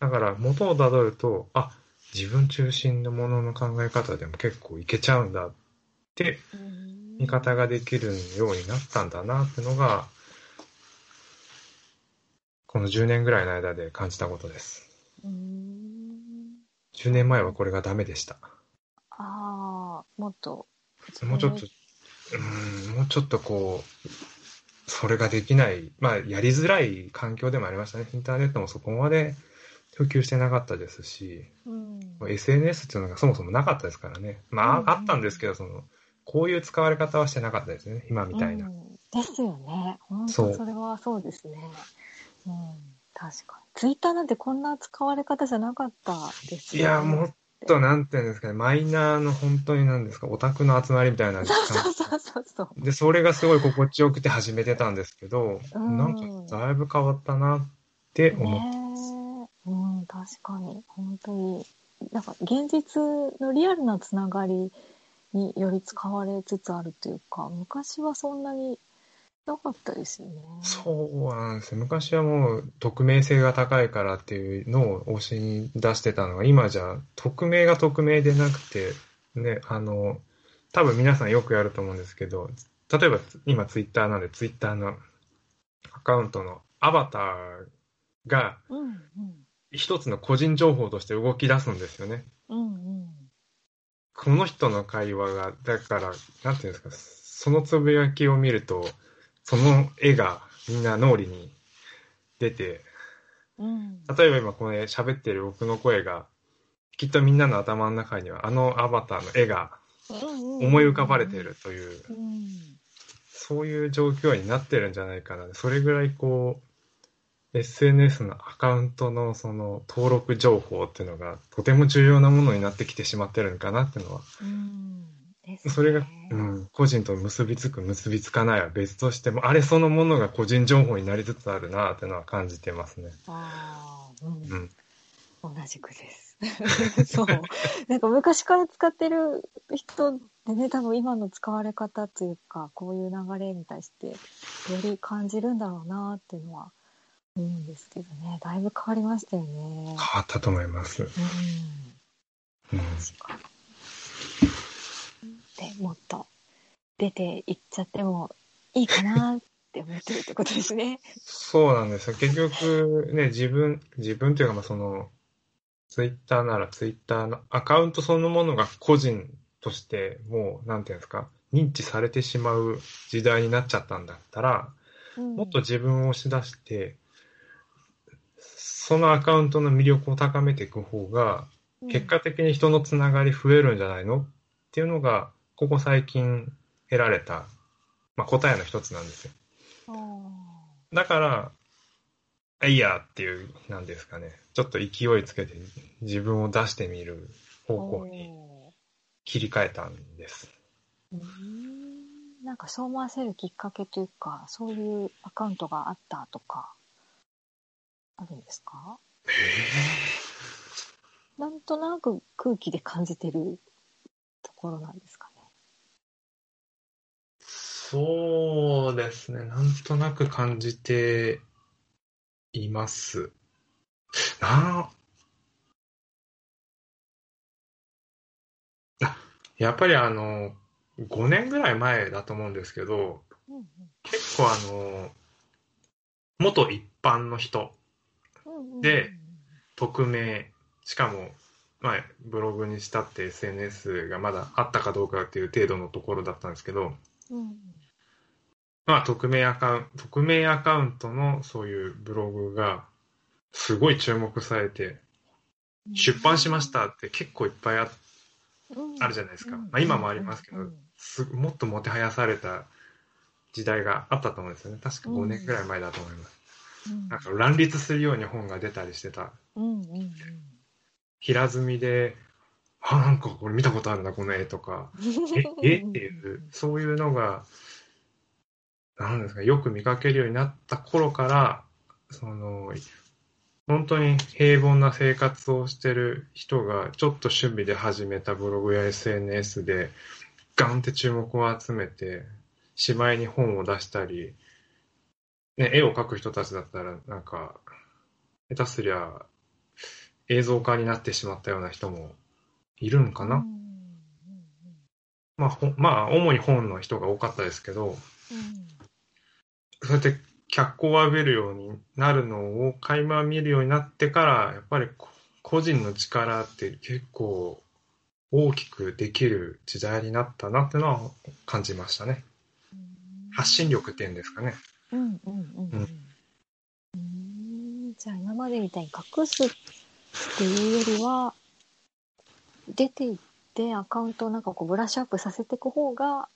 Speaker 2: だから元をたどると、あ、自分中心のものの考え方でも結構いけちゃうんだって
Speaker 1: うん
Speaker 2: 見方ができるようになったんだなってのが、この10年ぐらいの間で感じたことです。
Speaker 1: うん
Speaker 2: 10年前はこれがダメでした。
Speaker 1: ああもっと
Speaker 2: もうちょっと、うん、もうちょっとこう、それができない、まあやりづらい環境でもありましたね。インターネットもそこまで普及してなかったですし、
Speaker 1: うん、
Speaker 2: SNS っていうのがそもそもなかったですからね。まあ、
Speaker 1: うんうん
Speaker 2: あったんですけど、その、こういう使われ方はしてなかったですね、今みたいな。
Speaker 1: うんですよね。本
Speaker 2: そ
Speaker 1: 当
Speaker 2: う
Speaker 1: それはそうですね。うん、確かに。ツイッターなんてこんな使われ方じゃなかったです
Speaker 2: い
Speaker 1: よね
Speaker 2: や、もっと、なんていうんですかね、マイナーの本当になんですか、オタクの集まりみたいな時
Speaker 1: そうそ
Speaker 2: 間
Speaker 1: うそうそうそう。
Speaker 2: で、それがすごい心地よくて始めてたんですけど、
Speaker 1: うん
Speaker 2: なんか、だいぶ変わったなって思う。
Speaker 1: ねえうん、確かに。本当に。なんか現実のリアルなつながりにより使われつつあるというか、昔はそんなになかったですよね。
Speaker 2: そうなんですよ。昔はもう、匿名性が高いからっていうのを推しに出してたのが、今じゃ、匿名が匿名でなくて、ね、あの、多分皆さんよくやると思うんですけど、例えば今ツイッターなんで、ツイッターのアカウントのアバターが
Speaker 1: うんうん。
Speaker 2: 一つの個人情報として動き出すんですよね。
Speaker 1: うんうん。
Speaker 2: この人の会話が、だから、なんていうんですか、そのつぶやきを見ると、その絵がみんな脳裏に出て、
Speaker 1: うん、
Speaker 2: 例えば今この喋ってる僕の声が、きっとみんなの頭の中にはあのアバターの絵が思い浮かばれているという、
Speaker 1: うん
Speaker 2: そういう状況になってるんじゃないかな。それぐらいこう、SNS のアカウントのその登録情報っていうのがとても重要なものになってきてしまってるのかなっていうのは、
Speaker 1: うんですね
Speaker 2: それが、うん、個人と結びつく結びつかないは別としても、あれそのものが個人情報になりつつあるなっていうのは感じてますね。
Speaker 1: あーうん
Speaker 2: うん。
Speaker 1: 同じくです。 <laughs> そう。なんか昔から使ってる人でね、多分今の使われ方というか、こういう流れに対して、より感じるんだろうなっていうのは思うんですけどね。だいぶ変わりましたよね
Speaker 2: 変。わったと思います。
Speaker 1: うん。
Speaker 2: うん
Speaker 1: 確かに。でもっと出ていっちゃってもいいかなって思ってるってことですね。
Speaker 2: そうなんですよ。結局ね、自分、自分というか、まあその、ツイッターならツイッターのアカウントそのものが個人として、もう、なんていうんですか、認知されてしまう時代になっちゃったんだったら、も
Speaker 1: も
Speaker 2: っと自分を押し出して、そのアカウントの魅力を高めていく方が、結果的に人のつながり増えるんじゃないのっていうのが、ここ最近得られたまあ、答えの一つなんですよ。
Speaker 1: あ
Speaker 2: だから、あいいやっていう、なんですかね。ちょっと勢いつけて自分を出してみる
Speaker 1: ー
Speaker 2: 方向に
Speaker 1: お
Speaker 2: 切り替えたんです。
Speaker 1: ーうーんなんかそう思わせるきっかけというかそういうアカウントがあったとかあるんですかなんとなく空気で感じてるところなんですかね。
Speaker 2: そうですね。なんとなく感じています。なあ。あやっぱりあの、5年ぐらい前だと思うんですけど、
Speaker 1: うんうん
Speaker 2: 結構あの、元一般の人、
Speaker 1: うんうん
Speaker 2: で匿名、しかも、まあ、ブログにしたって SNS がまだあったかどうかっていう程度のところだったんですけど、
Speaker 1: うんうん
Speaker 2: まあ、匿名アカウント、匿名アカウントのそういうブログがすごい注目されて、
Speaker 1: うん
Speaker 2: 出版しましたって結構いっぱいああるじゃないですか
Speaker 1: うん
Speaker 2: まあ今もありますけど
Speaker 1: うんうん
Speaker 2: すもっともてはやされた時代があったと思うんですよね。確か5年ぐらい前だと思います。
Speaker 1: うん
Speaker 2: なんか乱立するように本が出たりしてた。
Speaker 1: うんうんうん
Speaker 2: 平積みで、あ、なんかこれ見たことあるな、この絵とか。え、えっていう、そういうのが、なんですか、よく見かけるようになった頃から、その、本当に平凡な生活をしてる人が、ちょっと趣味で始めたブログや SNS で、ガンって注目を集めて、しまいに本を出したり、ね、絵を描く人たちだったら、なんか、下手すりゃ、映像化になってしまったような人もいるんかな、
Speaker 1: うんうん
Speaker 2: まあ、ほまあ、主に本の人が多かったですけど、
Speaker 1: うん
Speaker 2: そうやって脚光を浴びるようになるのを垣間見るようになってから、やっぱりこ個人の力って結構大きくできる時代になったなってのは感じましたね。
Speaker 1: うん
Speaker 2: 発信力っていうんですかね。
Speaker 1: うんうんうんうん
Speaker 2: うん
Speaker 1: うんじゃあ今までみたいに隠すっていうよりは出ていってアカウントをなんかこうブラッシュアップさせていく方が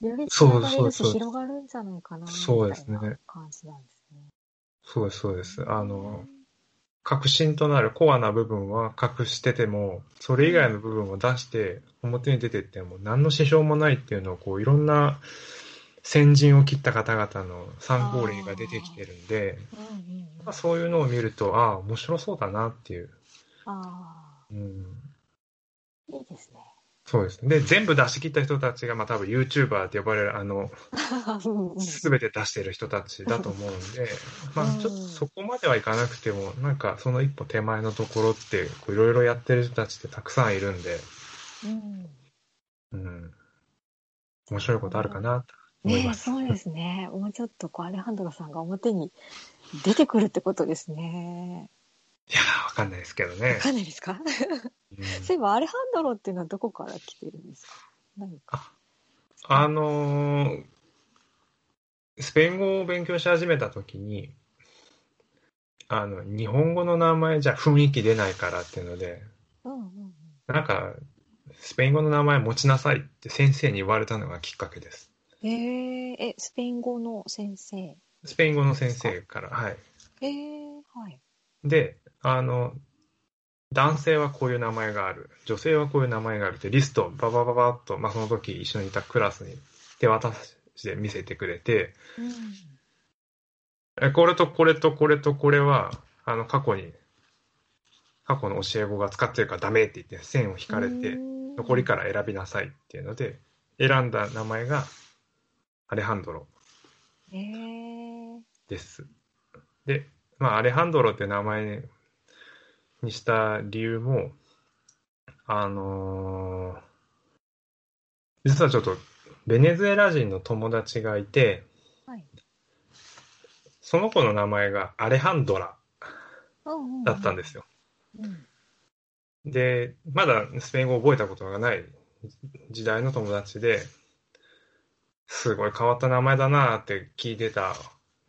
Speaker 1: より
Speaker 2: そう
Speaker 1: 広がれ
Speaker 2: そ
Speaker 1: る
Speaker 2: うそ
Speaker 1: し
Speaker 2: う
Speaker 1: 広がるんじゃないかなみ
Speaker 2: そうで
Speaker 1: た
Speaker 2: す
Speaker 1: い
Speaker 2: ね
Speaker 1: な感じなんですね。
Speaker 2: そうです、そうです。あの、核心となるコアな部分は隠してても、それ以外の部分を出して、表に出てっても、何の支障もないっていうのを、こう、いろんな先陣を切った方々の参考例が出てきてるんで、
Speaker 1: うんうんうん
Speaker 2: まあ、そういうのを見ると、ああ、面白そうだなっていう。
Speaker 1: あ
Speaker 2: うん、
Speaker 1: ーいいですね。
Speaker 2: そうですね。で、全部出し切った人たちが、まあ多分 YouTuber って呼ばれる、あの、
Speaker 1: うんうん
Speaker 2: すべて出してる人たちだと思うんで、まあちょっとそこまではいかなくても、なんかその一歩手前のところって、こういろいろやってる人たちってたくさんいるんで、
Speaker 1: うん
Speaker 2: うん。面白いことあるかなと思い
Speaker 1: ね
Speaker 2: ま
Speaker 1: え、
Speaker 2: す。
Speaker 1: そうですね。もうちょっとこうアレハンドロさんが表に出てくるってことですね。
Speaker 2: いやー、わかんないですけど
Speaker 1: わ
Speaker 2: ね。
Speaker 1: かんないですか
Speaker 2: うん
Speaker 1: そういえばアレハンドロっていうのはどこから来てるんですか何か。
Speaker 2: あのースペイン語を勉強し始めた時に、あの、日本語の名前じゃ雰囲気出ないからっていうので、
Speaker 1: うんうん
Speaker 2: なんか、スペイン語の名前持ちなさいって先生に言われたのがきっかけです。
Speaker 1: うん。えええ、スペイン語の先生。
Speaker 2: スペイン語の先生から、はい。
Speaker 1: ええはい。
Speaker 2: で、あの、男性はこういう名前がある、女性はこういう名前があるってリストをババババッと、まあ、その時一緒にいたクラスに手渡して見せてくれて、
Speaker 1: うん。。
Speaker 2: えこれとこれとこれとこれは、あの、過去に、過去の教え子が使ってるからダメって言って線を引かれて、残りからら選びなさいっていうので、選んだ名前が、アレハンドロ
Speaker 1: ええ
Speaker 2: です。で、まあ、アレハンドロって名前にした理由も、あのー実はちょっと、ベネズエラ人の友達がいて、
Speaker 1: はい。
Speaker 2: その子の名前がアレハンドラ
Speaker 1: うんうん、
Speaker 2: だったんですよ。
Speaker 1: うん。
Speaker 2: で、まだスペイン語を覚えたことがない時代の友達で、すごい変わった名前だなって聞いてた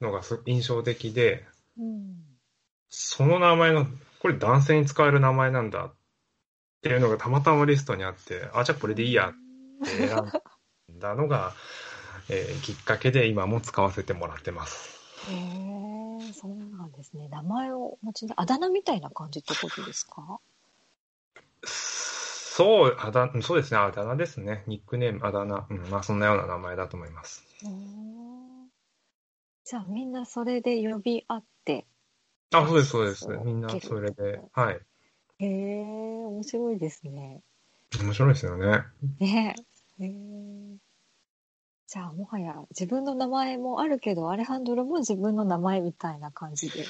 Speaker 2: のがす印象的で、
Speaker 1: うん。
Speaker 2: その名前の、これ男性に使える名前なんだっていうのがたまたまリストにあって、あ、じゃあこれでいいやって選んだのがえーきっかけで今も使わせてもらってます。
Speaker 1: へえ、そうなんですね。名前をお持ちで、あだ名みたいな感じってことですか
Speaker 2: そう、あだ、そうですね、あだ名ですね。ニックネーム、あだ名。うん、まあそんなような名前だと思います。
Speaker 1: へえじゃあみんなそれで呼び合って。
Speaker 2: あ、そうです、そうです
Speaker 1: そう。
Speaker 2: みんなそれで
Speaker 1: 結構。
Speaker 2: はい。
Speaker 1: へえ、面白いですね。
Speaker 2: 面白いですよね。
Speaker 1: ねえ。へえじゃあもはや自分の名前もあるけど、アレハンドロも自分の名前みたいな感じで。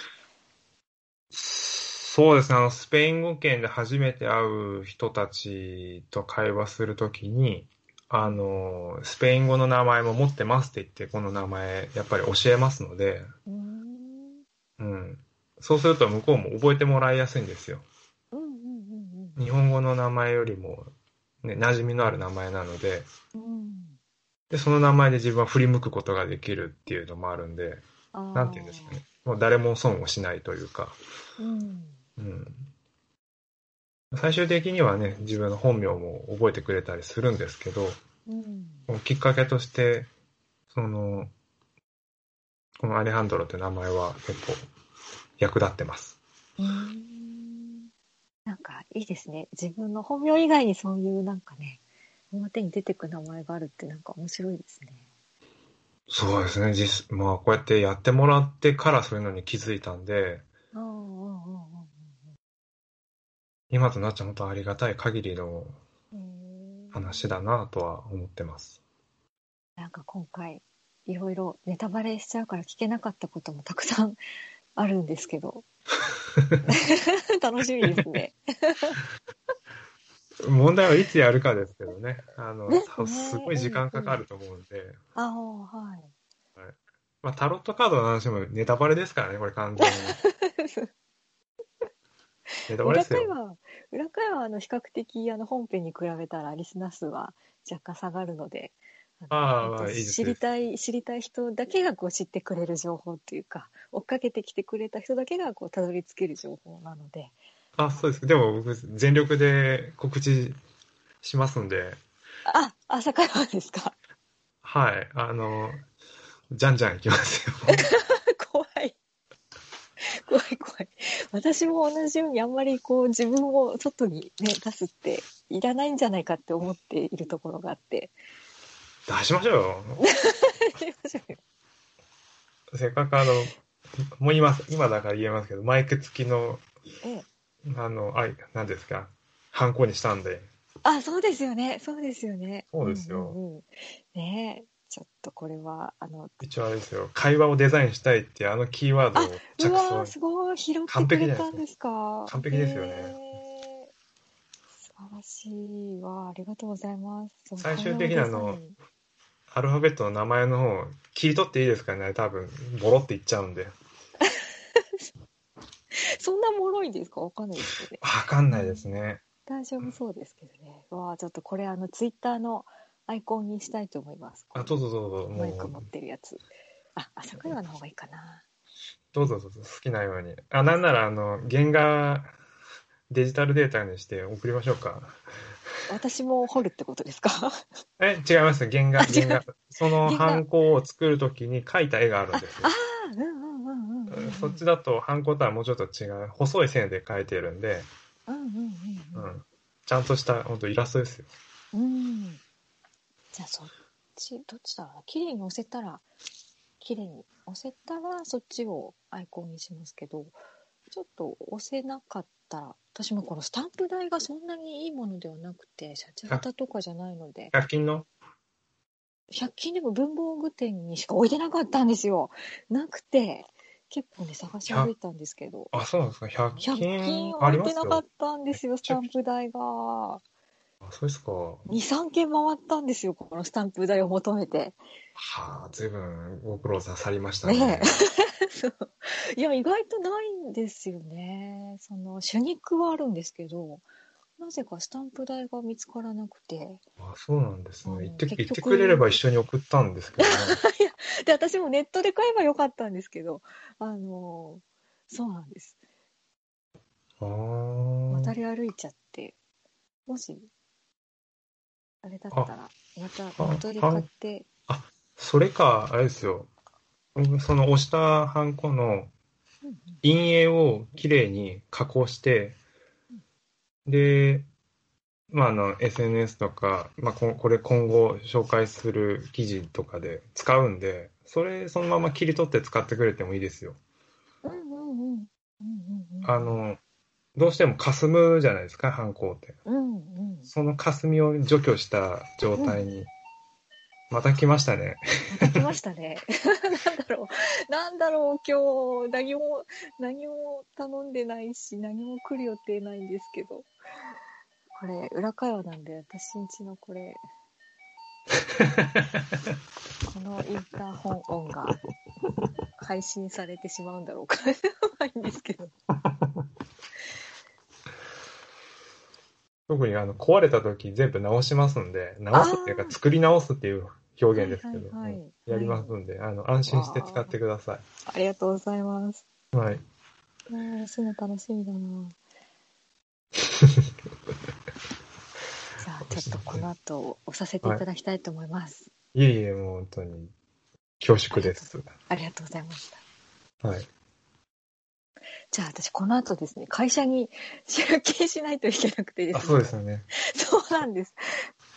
Speaker 2: そうですね、あの、スペイン語圏で初めて会う人たちと会話するときに、あの、スペイン語の名前も持ってますって言って、この名前、やっぱり教えますので、
Speaker 1: うーん。
Speaker 2: うん。そうすると向こうも覚えてもらいやすいんですよ。
Speaker 1: うんうんうん
Speaker 2: 日本語の名前よりも、ね、馴染みのある名前なので、
Speaker 1: うん。うん
Speaker 2: で、その名前で自分は振り向くことができるっていうのもあるんで、
Speaker 1: あー
Speaker 2: なんて言うんですかね。もう誰も損をしないというか、
Speaker 1: うん。
Speaker 2: うん。最終的にはね、自分の本名も覚えてくれたりするんですけど、
Speaker 1: うん。
Speaker 2: もうきっかけとして、その、このアレハンドロって名前は結構役立ってます。
Speaker 1: うーんなんかいいですね。自分の本名以外にそういうなんかね、表に出てく名前があるってなんか面白いですね。
Speaker 2: そうですね。実、まあこうやってやってもらってからそういうのに気づいたんで、
Speaker 1: うんうんうん
Speaker 2: 今となっちゃん本当ありがたい限りの
Speaker 1: うん。へー
Speaker 2: 話だなとは思ってます。
Speaker 1: なんか今回いろいろネタバレしちゃうから聞けなかったこともたくさんあるんですけ
Speaker 2: <laughs>
Speaker 1: ど。楽しみですね。
Speaker 2: 問題はいつやるかですけどね。あの
Speaker 1: ですね、
Speaker 2: すごい時間かかると思うんで。
Speaker 1: ああ、はい。
Speaker 2: まあ、タロットカードの話もネタバレですからね、これ完
Speaker 1: <laughs>
Speaker 2: 全に。ネタバレで
Speaker 1: 裏
Speaker 2: す
Speaker 1: 会
Speaker 2: よ。
Speaker 1: 話、裏会話はあの比較的あの本編に比べたらリスナー数は若干下がるので、
Speaker 2: ああまあ
Speaker 1: えっと
Speaker 2: いいですね
Speaker 1: 知りたい、知りたい人だけがこう知ってくれる情報っていうか、追っかけてきてくれた人だけがこうたどり着ける情報なので、
Speaker 2: あ、そうです。でも僕、全力で告知しますんで、
Speaker 1: あ、朝会話ですか
Speaker 2: はい。あの、じゃんじゃんいきます
Speaker 1: <laughs>
Speaker 2: よ。
Speaker 1: 怖い。怖い怖い。私も同じようにあんまりこう自分を外にね、出すっていらないんじゃないかって思っているところがあって。
Speaker 2: 出しましょうよ。せっかくあの、もう今、今だから言えますけど、マイク付きの、
Speaker 1: ええ
Speaker 2: あの、あい、何ですか、ハンコにしたんで。
Speaker 1: <laughs> あ、そうですよね。そうですよね。
Speaker 2: そうですよ
Speaker 1: んうんうんねえ、ちょっとこれは、あの、
Speaker 2: 一応あれですよ、会話をデザインしたいっていうあのキーワードを
Speaker 1: う
Speaker 2: 着
Speaker 1: わ
Speaker 2: 想
Speaker 1: ー、
Speaker 2: に
Speaker 1: すごい、拾ってくれたんですか。
Speaker 2: 完璧ですよね
Speaker 1: へー素晴らしいわありがとうございます。そう
Speaker 2: 最終的にあの
Speaker 1: こんなおデザイン
Speaker 2: アルファベットの名前の方を切り取っていいですかね多分ボロっていっちゃうんで
Speaker 1: そんな脆いんですかわかんないですけどね。
Speaker 2: わかんないですね
Speaker 1: 大丈夫そうですけどね。うわあちょっとこれ、あの、ツイッターのアイコンにしたいと思います。
Speaker 2: あどうぞどうぞも
Speaker 1: マイク持っ
Speaker 2: う
Speaker 1: てるやつ。あ、朝会話の方がいいかな。
Speaker 2: どうぞどうぞ好きなようにあなんならあの原画デジタルデータにして送りましょうか
Speaker 1: 私も掘るってこ
Speaker 2: <laughs>
Speaker 1: とですか
Speaker 2: え違います原画
Speaker 1: あ違う
Speaker 2: 原画その
Speaker 1: 原画
Speaker 2: ハンコを作るときに描いた絵があるんですよ
Speaker 1: ああ、うんうんうんうんうん。
Speaker 2: そっちだとハンコとはもうちょっと違う細い線で描いてるんで、
Speaker 1: うんうんう
Speaker 2: うん
Speaker 1: うん。
Speaker 2: ん、ちゃんとした本当イラストですよ
Speaker 1: うん。じゃあそっち、どっちだろうな。綺麗に押せたら、綺麗に押せたらそっちをアイコンにしますけど、ちょっと押せなかったら、私もこのスタンプ代がそんなにいいものではなくて、シャチハタとかじゃないので、
Speaker 2: 100均の
Speaker 1: 100均でも文房具店にしか置いてなかったんですよ。なくて、結構ね、探し歩いたんですけど。
Speaker 2: あそうなんですか100
Speaker 1: 100均
Speaker 2: 均あり
Speaker 1: 置い
Speaker 2: ま
Speaker 1: て
Speaker 2: す
Speaker 1: なか
Speaker 2: よ
Speaker 1: ったんですよ、スタンプ代が。
Speaker 2: あそうですか
Speaker 1: 2、3軒回ったんですよ、このスタンプ代を求めて。
Speaker 2: はあ、ずいぶんご苦労ささりました
Speaker 1: ね <laughs> そういや、意外とないんですよね。その、手肉はあるんですけど、なぜかスタンプ代が見つからなくて。
Speaker 2: あそうなんです
Speaker 1: うん
Speaker 2: ね。言って、
Speaker 1: 結
Speaker 2: 言
Speaker 1: 局
Speaker 2: ってくれれば一緒に送ったんですけどね。
Speaker 1: で、私もネットで買えばよかったんですけど、あの、そうなんです。
Speaker 2: あ
Speaker 1: 渡
Speaker 2: ー
Speaker 1: り歩いちゃって、もし、あれだったら、また
Speaker 2: あ
Speaker 1: ネットで買って、
Speaker 2: それか、あれですよ。その押したハンコの陰影をきれいに加工して、で、まあ、あの、SNS とか、まあ、ここれ今後紹介する記事とかで使うんで、それそのまま切り取って使ってくれてもいいですよ。
Speaker 1: うんうんうんうんうんうん
Speaker 2: あの、どうしても霞むじゃないですか、ハンコって。
Speaker 1: うんうん
Speaker 2: その霞みを除去した状態に。また来ましたね。
Speaker 1: また来ましたね <laughs> なんだろうなんだろう今日何も何も頼んでないし何も来る予定ないんですけどこれ裏会話なんで私んちのこれこのインターホン音が配信されてしまうんだろうか <laughs> ないんですけど
Speaker 2: 特にあの壊れた時全部直しますんで、直すっていうか
Speaker 1: あー
Speaker 2: 作り直すっていう表現ですけど、
Speaker 1: はいはいはい
Speaker 2: うんやりますんで、あの安心して使ってくださ
Speaker 1: ありがとうございます
Speaker 2: い。はい。
Speaker 1: うんそういうの楽しみだ
Speaker 2: <laughs>
Speaker 1: なじゃあちょっとこの後押させていただきたいと思います、
Speaker 2: いえいえ、もう本当に恐縮です。
Speaker 1: ありがとうございました。
Speaker 2: はい。
Speaker 1: じゃあ私この後ですね、会社に出勤しないといけなくてです
Speaker 2: あ、
Speaker 1: ね。
Speaker 2: そうですよね。
Speaker 1: そうなんです。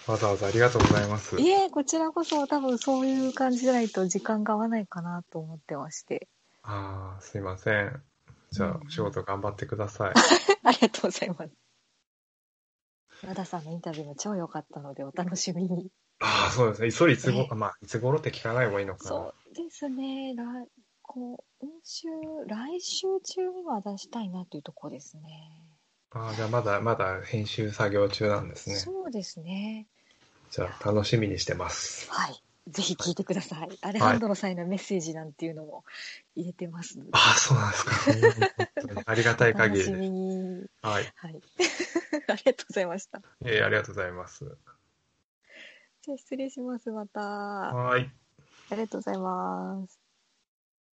Speaker 2: わざわざありがとうございます。
Speaker 1: いえ、こちらこそ多分そういう感じじゃないと時間が合わないかなと思ってまして。 <laughs>
Speaker 2: ああ、すいません。じゃあ、お仕事頑張ってください。
Speaker 1: ありがとうございます。和田さんのインタビューも超良かったのでお楽しみに。
Speaker 2: <laughs> ああ、そうですね。いそれいつご
Speaker 1: え、
Speaker 2: あまあ、いつ頃って聞かない方がいいのかな。
Speaker 1: そうですね。来今週、来週中には出したいなというところですね。
Speaker 2: ああ、じゃあまだまだ編集作業中なんですね。
Speaker 1: そうですね。
Speaker 2: じゃあ、楽しみにしてます。
Speaker 1: はい。ぜひ聞いてください。アレハンドロさんへのメッセージなんていうのも入れてますので。
Speaker 2: ああ、そうなん <laughs> ですか。本当にありがたい
Speaker 1: お楽
Speaker 2: 限り
Speaker 1: し
Speaker 2: です。
Speaker 1: みに。
Speaker 2: はい。
Speaker 1: はい。 <laughs> ありがとうございました。
Speaker 2: ええありがとうございます。
Speaker 1: じゃあ失礼します。また。あ
Speaker 2: はい。
Speaker 1: りがとうございます。